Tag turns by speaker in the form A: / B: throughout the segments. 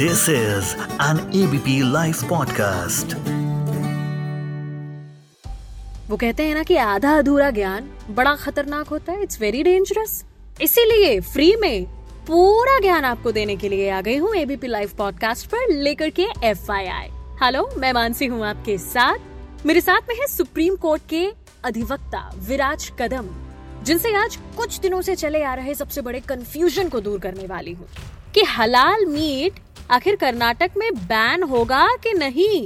A: This is an ABP Life podcast.
B: वो कहते हैं ना कि आधा अधूरा ज्ञान बड़ा खतरनाक होता है इट्स वेरी डेंजरस इसीलिए फ्री में पूरा ज्ञान आपको देने के लिए आ गई हूँ एबीपी लाइव पॉडकास्ट पर लेकर के एफ हेलो मैं मानसी हूँ आपके साथ मेरे साथ में है सुप्रीम कोर्ट के अधिवक्ता विराज कदम जिनसे आज कुछ दिनों से चले आ रहे सबसे बड़े कंफ्यूजन को दूर करने वाली हूँ कि हलाल मीट आखिर कर्नाटक में बैन होगा कि नहीं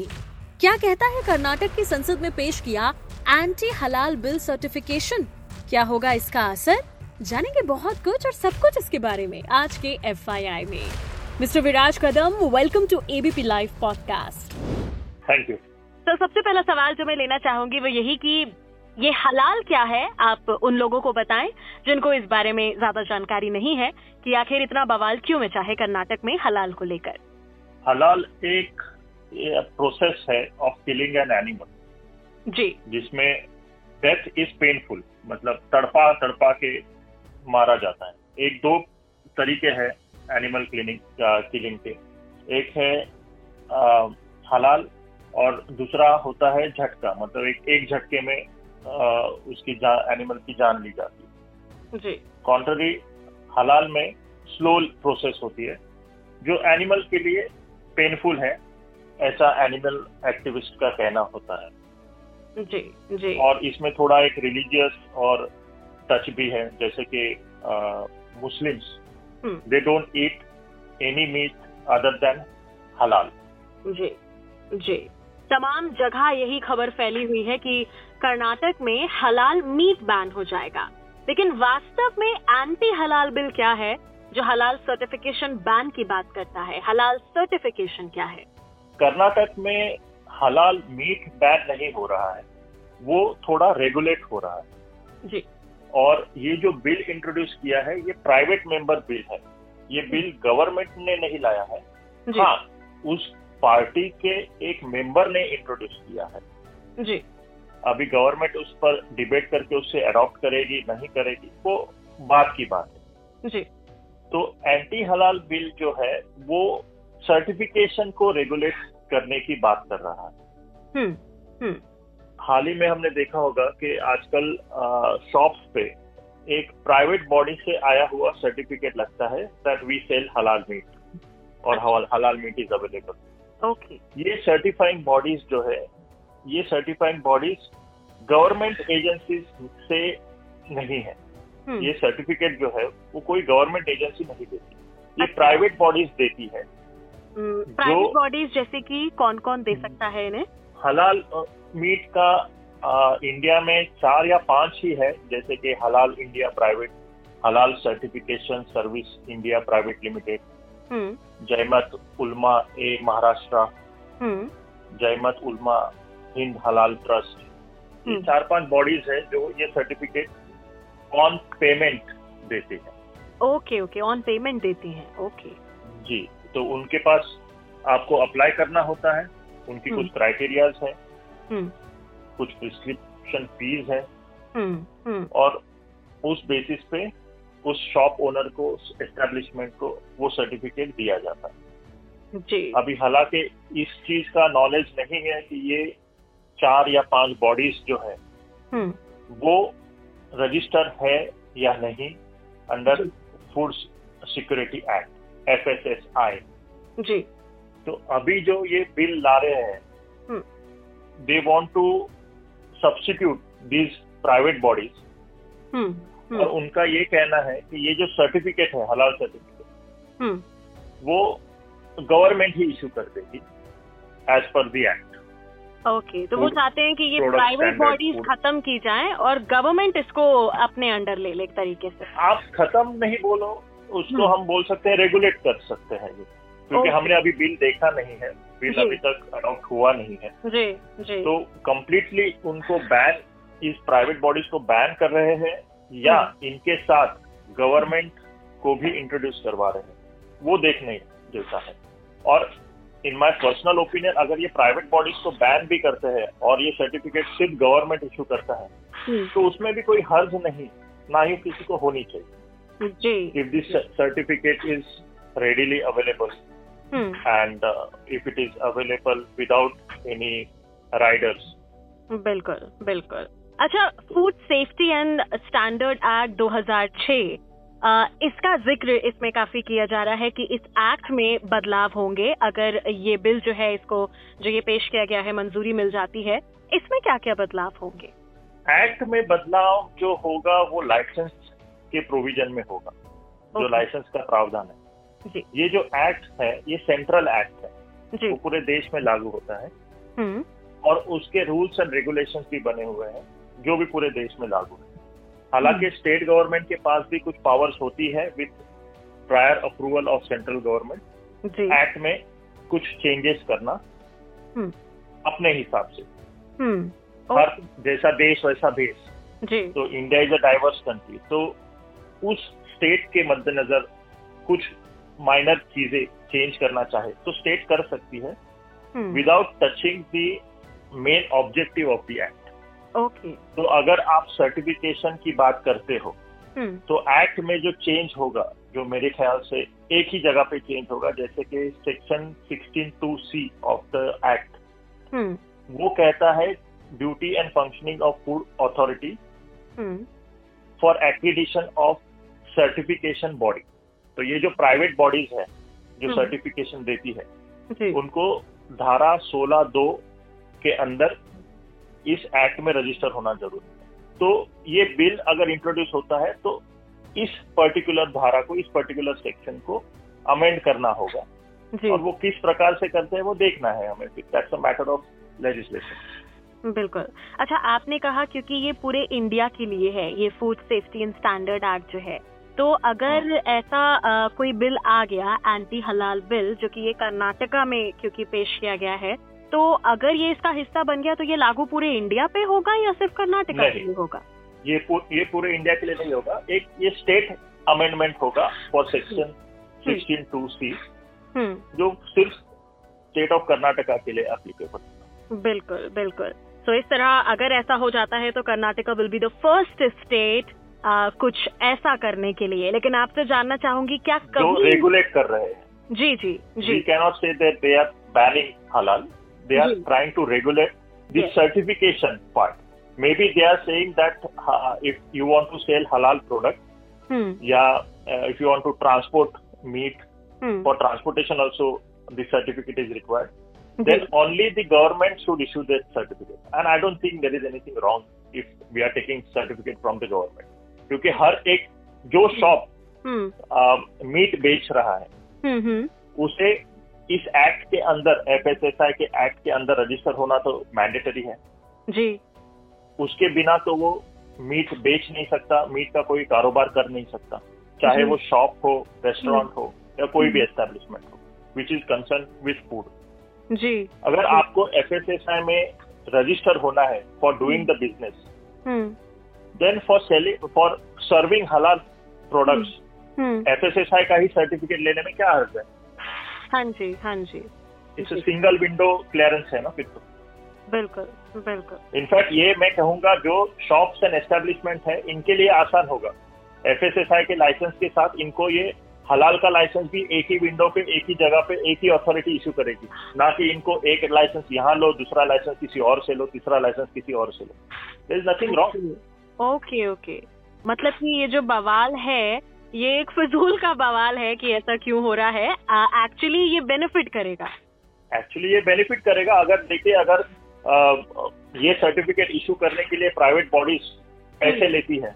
B: क्या कहता है कर्नाटक की संसद में पेश किया एंटी हलाल बिल सर्टिफिकेशन क्या होगा इसका असर जानेंगे बहुत कुछ और सब कुछ इसके बारे में आज के एफ में mister Viraj Kadam welcome to ABP live podcast
C: thank you
B: sir सबसे पहला सवाल जो मैं लेना चाहूंगी वो यही कि ये हलाल क्या है आप उन लोगों को बताएं जिनको इस बारे में ज्यादा जानकारी नहीं है कि आखिर इतना बवाल क्यों मचा है कर्नाटक में हलाल को लेकर
C: हलाल एक प्रोसेस है ऑफ किलिंग एन एनिमल
B: जी
C: जिसमें डेथ इज पेनफुल मतलब तड़पा तड़पा के मारा जाता है एक दो तरीके हैं एनिमल क्लिनिंग किलिंग के एक है आ, हलाल और दूसरा होता है झटका मतलब एक एक झटके में आ, उसकी जा, एनिमल की जान ली जाती है
B: जी
C: कॉन्ट्ररी हलाल में स्लो प्रोसेस होती है जो एनिमल के लिए पेनफुल है ऐसा एनिमल एक्टिविस्ट का कहना होता है
B: जी जी
C: और इसमें थोड़ा एक रिलीजियस और टच भी है जैसे कि Muslims
B: hmm.
C: They don't eat any meat other than halal
B: जी जी तमाम जगह यही खबर फैली हुई है कि कर्नाटक में हलाल मीट बैन हो जाएगा लेकिन वास्तव में एंटी हलाल बिल क्या है जो हलाल सर्टिफिकेशन बैन की बात करता है हलाल सर्टिफिकेशन क्या है
C: कर्नाटक में हलाल मीट बैन नहीं हो रहा है वो थोड़ा रेगुलेट हो रहा है
B: जी
C: और ये जो बिल इंट्रोड्यूस किया है ये प्राइवेट मेंबर बिल है ये बिल गवर्नमेंट ने नहीं लाया है
B: जी
C: हाँ उस पार्टी के एक मेंबर ने इंट्रोड्यूस किया है
B: जी
C: अभी गवर्नमेंट उस पर डिबेट करके उससे अडॉप्ट करेगी नहीं करेगी वो बात की बात है
B: जी
C: तो एंटी हलाल बिल जो है वो सर्टिफिकेशन को रेगुलेट करने की बात कर रहा है
B: हम्म
C: हाल ही में हमने देखा होगा कि आजकल शॉप्स पे एक प्राइवेट बॉडी से आया हुआ सर्टिफिकेट लगता है that we sell halal meat और हलाल-
B: अच्छा।
C: Halal meat is available
B: okay
C: ये सर्टिफाइंग बॉडीज जो है ये सर्टिफाइंग बॉडीज गवर्नमेंट एजेंसीज से नहीं है
B: हम्म,
C: ये सर्टिफिकेट जो है वो कोई गवर्नमेंट एजेंसी नहीं देती ये
B: अच्छा।
C: प्राइवेट बॉडीज देती है
B: हम्म,
C: जो-
B: प्राइवेट बॉडीज जैसे कि कौन कौन दे सकता है इन्हें
C: हलाल मीट का अ, इंडिया में चार या पांच ही है जैसे कि हलाल इंडिया प्राइवेट हलाल certification service India private limited
B: हम्म,
C: जयमत उल्मा ए महाराष्ट्र
B: हम्म,
C: जयमत उल्मा हिंद हलाल ट्रस्ट ये
B: हम्म।
C: चार पांच बॉडीज है जो ये सर्टिफिकेट ऑन पेमेंट देते हैं
B: ओके ओके ऑन पेमेंट देती हैं ओके
C: जी तो उनके पास आपको अप्लाई करना होता है उनकी
B: हम्म।
C: कुछ क्राइटेरियाज है
B: हम्म,
C: कुछ प्रिस्क्रिप्शन फीस है
B: हम्म, हम्म,
C: और उस बेसिस पे उस शॉप ओनर को एस्टेब्लिशमेंट को वो सर्टिफिकेट दिया जाता है
B: जी
C: अभी हालांकि इस चीज का नॉलेज नहीं है कि ये चार या पांच बॉडीज जो है
B: हम्म,
C: वो रजिस्टर है या नहीं अंडर
B: जी।
C: Food security act F S S I
B: जी
C: तो अभी जो ये बिल ला रहे हैं they want to substitute these private bodies
B: hmm,
C: और
B: हम्म,
C: उनका ये कहना है कि ये जो सर्टिफिकेट है हलाल सर्टिफिकेट
B: हम्म।
C: वो गवर्नमेंट ही इशू कर देगी as per the act
B: okay तो वो
C: Food
B: चाहते हैं कि ये
C: product
B: private
C: standard
B: bodies
C: food.
B: खत्म की जाएं और गवर्नमेंट इसको अपने अंडर ले ले एक तरीके से
C: आप खत्म नहीं बोलो उसको
B: हम्म।
C: हम बोल सकते हैं रेगुलेट कर सकते हैं ये क्योंकि
B: Okay.
C: हमने अभी बिल देखा नहीं है बिल
B: जी।
C: अभी तक अडॉप्ट हुआ नहीं है
B: जी जी
C: तो कंप्लीटली उनको बैन इस प्राइवेट बॉडीज को बैन कर रहे हैं या
B: हम्म।
C: इनके साथ गवर्नमेंट को भी इंट्रोड्यूस करवा रहे हैं वो देखने जैसा है और इन माय पर्सनल ओपिनियन अगर ये प्राइवेट बॉडीज को बैन भी करते हैं और ये सर्टिफिकेट सिर्फ गवर्नमेंट इशू करता है
B: हम्म,
C: तो उसमें भी कोई हर्ज नहीं ना ही किसी को होनी चाहिए
B: जी
C: if this certificate is readily available
B: Hmm.
C: and uh, if it is available without any riders
B: बिल्कुल बिल्कुल अच्छा food safety and standard act 2006 अ, इसका जिक्र इसमें काफी किया जा रहा है कि इस एक्ट में बदलाव होंगे अगर ये बिल जो है इसको जो ये पेश किया गया है मंजूरी मिल जाती है इसमें क्या क्या बदलाव होंगे
C: एक्ट में बदलाव जो होगा वो लाइसेंस के प्रोविजन में होगा जो
B: Okay.
C: लाइसेंस का प्रावधान है
B: जी
C: ये जो एक्ट है ये सेंट्रल एक्ट है
B: जी
C: वो पूरे देश में लागू होता है
B: हम्म
C: और उसके रूल्स एंड रेगुलेशंस भी बने हुए हैं जो भी पूरे देश में लागू है हालांकि
B: हम्म।
C: स्टेट गवर्नमेंट के पास भी कुछ पावर्स होती है with prior approval of central government
B: जी
C: एक्ट में कुछ चेंजेस करना
B: हम्म।
C: अपने हिसाब से
B: हम्म
C: हर जैसा देश वैसा भेष
B: जी
C: तो India is a diverse country तो उस स्टेट के मद्देनजर कुछ माइनर चीजें चेंज करना चाहे तो स्टेट कर सकती है
B: hmm
C: without touching the main objective of the act
B: okay
C: तो अगर आप सर्टिफिकेशन की बात करते हो
B: हम्म
C: तो एक्ट में जो चेंज होगा जो मेरे ख्याल से एक ही जगह पे चेंज होगा जैसे कि section 16 two C of the act
B: hmm
C: वो कहता है duty and functioning of food authority
B: hmm
C: for acquisition of certification body तो ये जो प्राइवेट बॉडीज है जो
B: हम्म।
C: सर्टिफिकेशन देती है
B: जी
C: उनको धारा 16 दो के अंदर इस एक्ट में रजिस्टर होना जरूरी है तो ये बिल अगर इंट्रोड्यूस होता है तो इस पर्टिकुलर धारा को इस पर्टिकुलर सेक्शन को अमेंड करना होगा
B: जी
C: और वो किस प्रकार से करते हैं वो देखना है हमें that's a matter of legislation
B: बिल्कुल अच्छा आपने कहा क्योंकि ये पूरे इंडिया के लिए है ये food safety and standard act जो है तो अगर
C: हाँ।
B: ऐसा अ, कोई बिल आ गया एंटी हलाल बिल जो कि ये कर्नाटका में क्योंकि पेश किया गया है तो अगर ये इसका हिस्सा बन गया तो ये लागू पूरे इंडिया पे होगा या सिर्फ कर्नाटका के
C: नहीं।
B: लिए होगा
C: ये पू- ये पूरे इंडिया के लिए नहीं होगा एक ये स्टेट अमेंडमेंट होगा for section
B: hmm.
C: Sixteen two C
B: hmm
C: जो सिर्फ स्टेट ऑफ कर्नाटका के लिए एप्लीकेबल
B: बिल्कुल बिल्कुल सो इस तरह अगर ऐसा हो जाता है तो Karnataka will be the first state कुछ ऐसा करने के लिए लेकिन आपसे जानना चाहूंगी क्या
C: जो
B: कभी
C: रेगुलेट कर रहे हैं
B: जी जी जी
C: we cannot say that they are banning halal. They are
B: Ji.
C: trying to regulate the
B: Yes.
C: certification part. Maybe they are saying that uh, if you want to sell halal product,
B: hmm
C: yeah, uh, if you want to transport meat
B: hmm
C: for transportation also the certificate is required.
B: जी,
C: Then only the government should issue that certificate. And I don't think there is anything wrong if we are taking certificate from the government. क्योंकि हर एक जो shop
B: हम्म
C: um, meat बेच रहा है
B: हम्म हम्म,
C: उसे इस एक्ट के अंदर एफ के एक्ट के अंदर रजिस्टर होना तो मैंडेटरी है
B: जी
C: उसके बिना तो वो मीट बेच नहीं सकता मीट का कोई कारोबार कर नहीं सकता चाहे
B: जी।
C: वो शॉप हो रेस्टोरेंट हो या कोई भी एस्टेब्लिशमेंट हो which is concern with food
B: जी
C: अगर आपको एफ में रजिस्टर होना है for doing the business
B: hmm
C: then for selling for serving halal products
B: hmm
C: F का ही सर्टिफिकेट लेने में क्या हर्ज है
B: हाँ जी हाँ जी
C: इट्स
B: जी।
C: सिंगल विंडो क्लियरेंस है ना फिर तो
B: बिल्कुल बिल्कुल
C: इनफैक्ट ये मैं कहूंगा जो शॉप्स एंड एस्टेब्लिशमेंट है इनके लिए आसान होगा एफ के लाइसेंस के साथ इनको ये हलाल का लाइसेंस भी एक ही विंडो पे एक ही जगह पे एक ही अथॉरिटी इशू करेगी ना कि इनको एक लाइसेंस यहाँ लो दूसरा लाइसेंस किसी और से लो तीसरा लाइसेंस किसी और से लो there is nothing wrong
B: okay okay मतलब कि ये जो बवाल है ये एक फिजूल का बवाल है कि ऐसा क्यों हो रहा है एक्चुअली ये बेनिफिट करेगा
C: एक्चुअली ये बेनिफिट करेगा अगर देखिए अगर अ, ये सर्टिफिकेट इशू करने के लिए प्राइवेट बॉडीज पैसे लेती है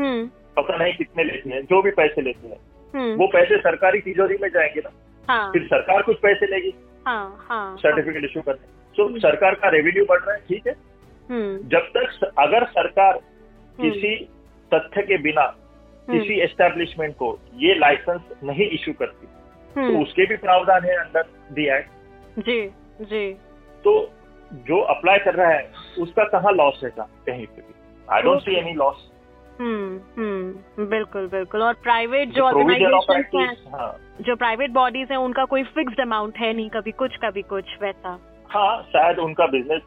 B: हम्म
C: पता नहीं कितने लेती है जो भी पैसे लेती है
B: हम्म
C: वो पैसे सरकारी तिजोरी में जाएंगे ना
B: हाँ
C: फिर सरकार कुछ पैसे लेगी
B: हाँ हम्म। हाँ
C: सर्टिफिकेट इशू करने तो सरकार का रेवेन्यू बढ़ रहा है ठीक है
B: हम्म
C: जब तक स- अगर सरकार किसी तथ्य के बिना
B: हम्म,
C: किसी एस्टेब्लिशमेंट को ये लाइसेंस नहीं इशू करती तो
B: हम्म,
C: उसके भी प्रावधान है अंडर दी एक्ट
B: जी जी
C: तो जो अप्लाई कर रहा है उसका कहाँ लॉस है का कहीं पे भी I don't see any loss
B: hmm hmm बिल्कुल बिल्कुल और प्राइवेट जो
C: प्रोविजन ऑफ
B: ऑर्गेनाइजेशन हैं
C: एक्ट हाँ
B: जो प्राइवेट बॉडीज हैं उनका कोई फिक्स्ड अमाउंट है नहीं कभी कुछ कभी कुछ वैसा
C: हाँ शायद उनका बिजनेस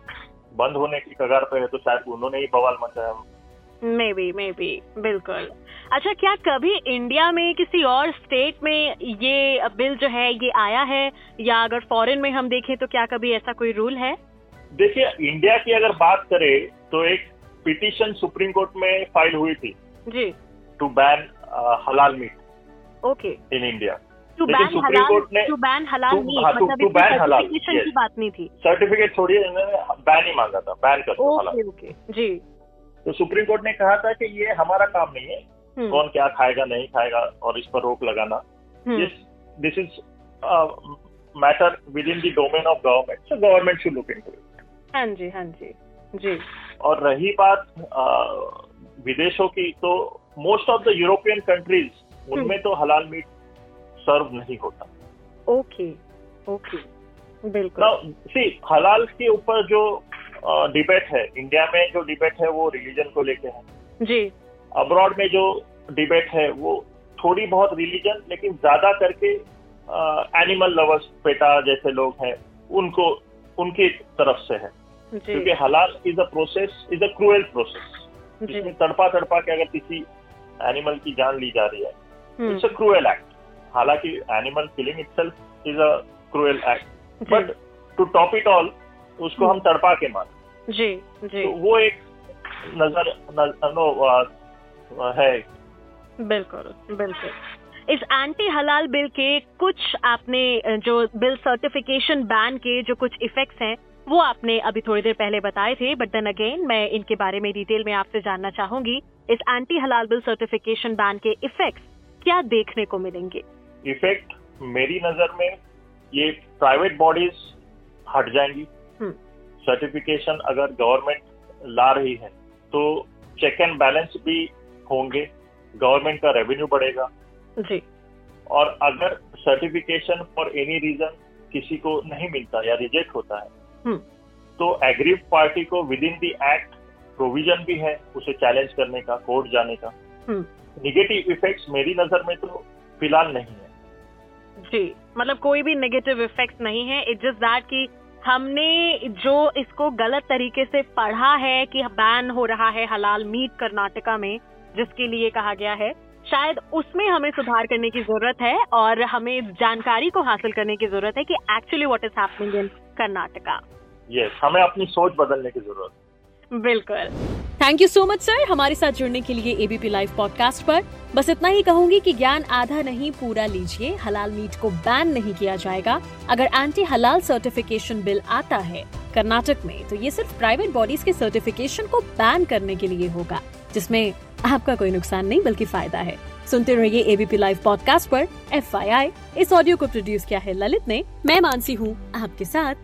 C: बंद होने की कगार पे है तो शायद उन्होंने ही बवाल मचाया हो।
B: मे बी मे बी बिल्कुल अच्छा क्या कभी इंडिया में किसी और स्टेट में ये बिल जो है ये आया है या अगर फॉरेन में हम देखें तो क्या कभी ऐसा कोई रूल है
C: देखिए इंडिया की अगर बात करें तो एक पिटिशन सुप्रीम कोर्ट में फाइल हुई थी uh,
B: जी
C: to ban halal meat
B: okay
C: in India
B: to
C: लेकिन
B: बैन
C: सुप्रीम
B: हलाल
C: कोर्ट ने-
B: to ban halal
C: to-
B: meat,
C: हाँ, to-
B: मतलब
C: to
B: इसमें
C: ban हलाल,
B: certification की
C: yes.
B: बात नहीं थी
C: सर्टिफिकेट छोड़िए इन्होंने बैन ही मांगा था बैन कर दो हलाल
B: ओके ओके जी
C: तो सुप्रीम कोर्ट ने कहा था कि ये हमारा काम नहीं है
B: हम्म,
C: कौन क्या खाएगा नहीं खाएगा और इस पर रोक लगाना
B: hmm,
C: this is uh, matter within the domain of government so government should look into it
B: हाँ जी हाँ जी जी
C: और रही बात uh, विदेशों की तो most of the European countries उनमें तो हलाल मीट सर्व नहीं होता
B: ओके ओके बिल्कुल
C: Now, see, हलाल के ऊपर जो डिबेट है इंडिया में जो डिबेट है वो रिलीजन को लेके है
B: जी
C: अब्रॉड में जो डिबेट है वो थोड़ी बहुत रिलीजन लेकिन ज्यादा करके एनिमल लवर्स पेटा जैसे लोग हैं उनको उनकी तरफ से है क्योंकि
B: जी
C: halal is a process is a cruel process
B: जी
C: जिसमें तड़पा तड़पा के अगर किसी एनिमल की जान ली जा रही है
B: हम्म,
C: इट्स अ क्रूएल एक्ट हालांकि animal killing itself is a cruel act but to top it all उसको हम तड़पा के मारते हैं।
B: जी हम्म। जी
C: तो वो एक नजर न, नो, आ, है
B: बिल्कुल बिल्कुल इस एंटी हलाल बिल के कुछ आपने अ, जो बिल सर्टिफिकेशन बैन के जो कुछ इफेक्ट्स हैं वो आपने अभी थोड़ी देर पहले बताए थे बट देन अगेन मैं इनके बारे में डिटेल में आपसे जानना चाहूंगी इस एंटी हलाल बिल सर्टिफिकेशन बैन के इफेक्ट्स क्या देखने को मिलेंगे
C: इफेक्ट मेरी नजर में ये प्राइवेट बॉडीज हट जाएंगी
B: हम्म।
C: सर्टिफिकेशन अगर गवर्नमेंट ला रही है तो चेक एंड बैलेंस भी होंगे गवर्नमेंट का रेवेन्यू बढ़ेगा
B: जी
C: और अगर सर्टिफिकेशन फॉर एनी रीजन किसी को नहीं मिलता या रिजेक्ट होता है
B: हम्म।
C: तो एग्रीव पार्टी को within the act provision भी है उसे चैलेंज करने का कोर्ट जाने का
B: हम्म।
C: निगेटिव इफेक्ट्स मेरी नजर में तो फिलहाल नहीं है
B: जी मतलब कोई भी नेगेटिव इफेक्ट्स नहीं है इट जस्ट दैट कि हमने जो इसको गलत तरीके से पढ़ा है कि बैन हो रहा है हलाल मीट कर्नाटका में जिसके लिए कहा गया है शायद उसमें हमें सुधार करने की जरूरत है और हमें जानकारी को हासिल करने की जरूरत है कि actually what is happening in Karnataka
C: yes हमें अपनी सोच बदलने की जरूरत है।
B: बिल्कुल thank you so much sir हमारे साथ जुड़ने के लिए एबीपी लाइव पॉडकास्ट पर बस इतना ही कहूंगी कि ज्ञान आधा नहीं पूरा लीजिए हलाल मीट को बैन नहीं किया जाएगा अगर एंटी हलाल सर्टिफिकेशन बिल आता है कर्नाटक में तो ये सिर्फ प्राइवेट बॉडीज के सर्टिफिकेशन को बैन करने के लिए होगा जिसमें आपका कोई नुकसान नहीं बल्कि फायदा है सुनते रहिए एबीपी लाइव पॉडकास्ट पर एफ इस ऑडियो को प्रोड्यूस किया है ललित ने मैं मानसी हूँ आपके साथ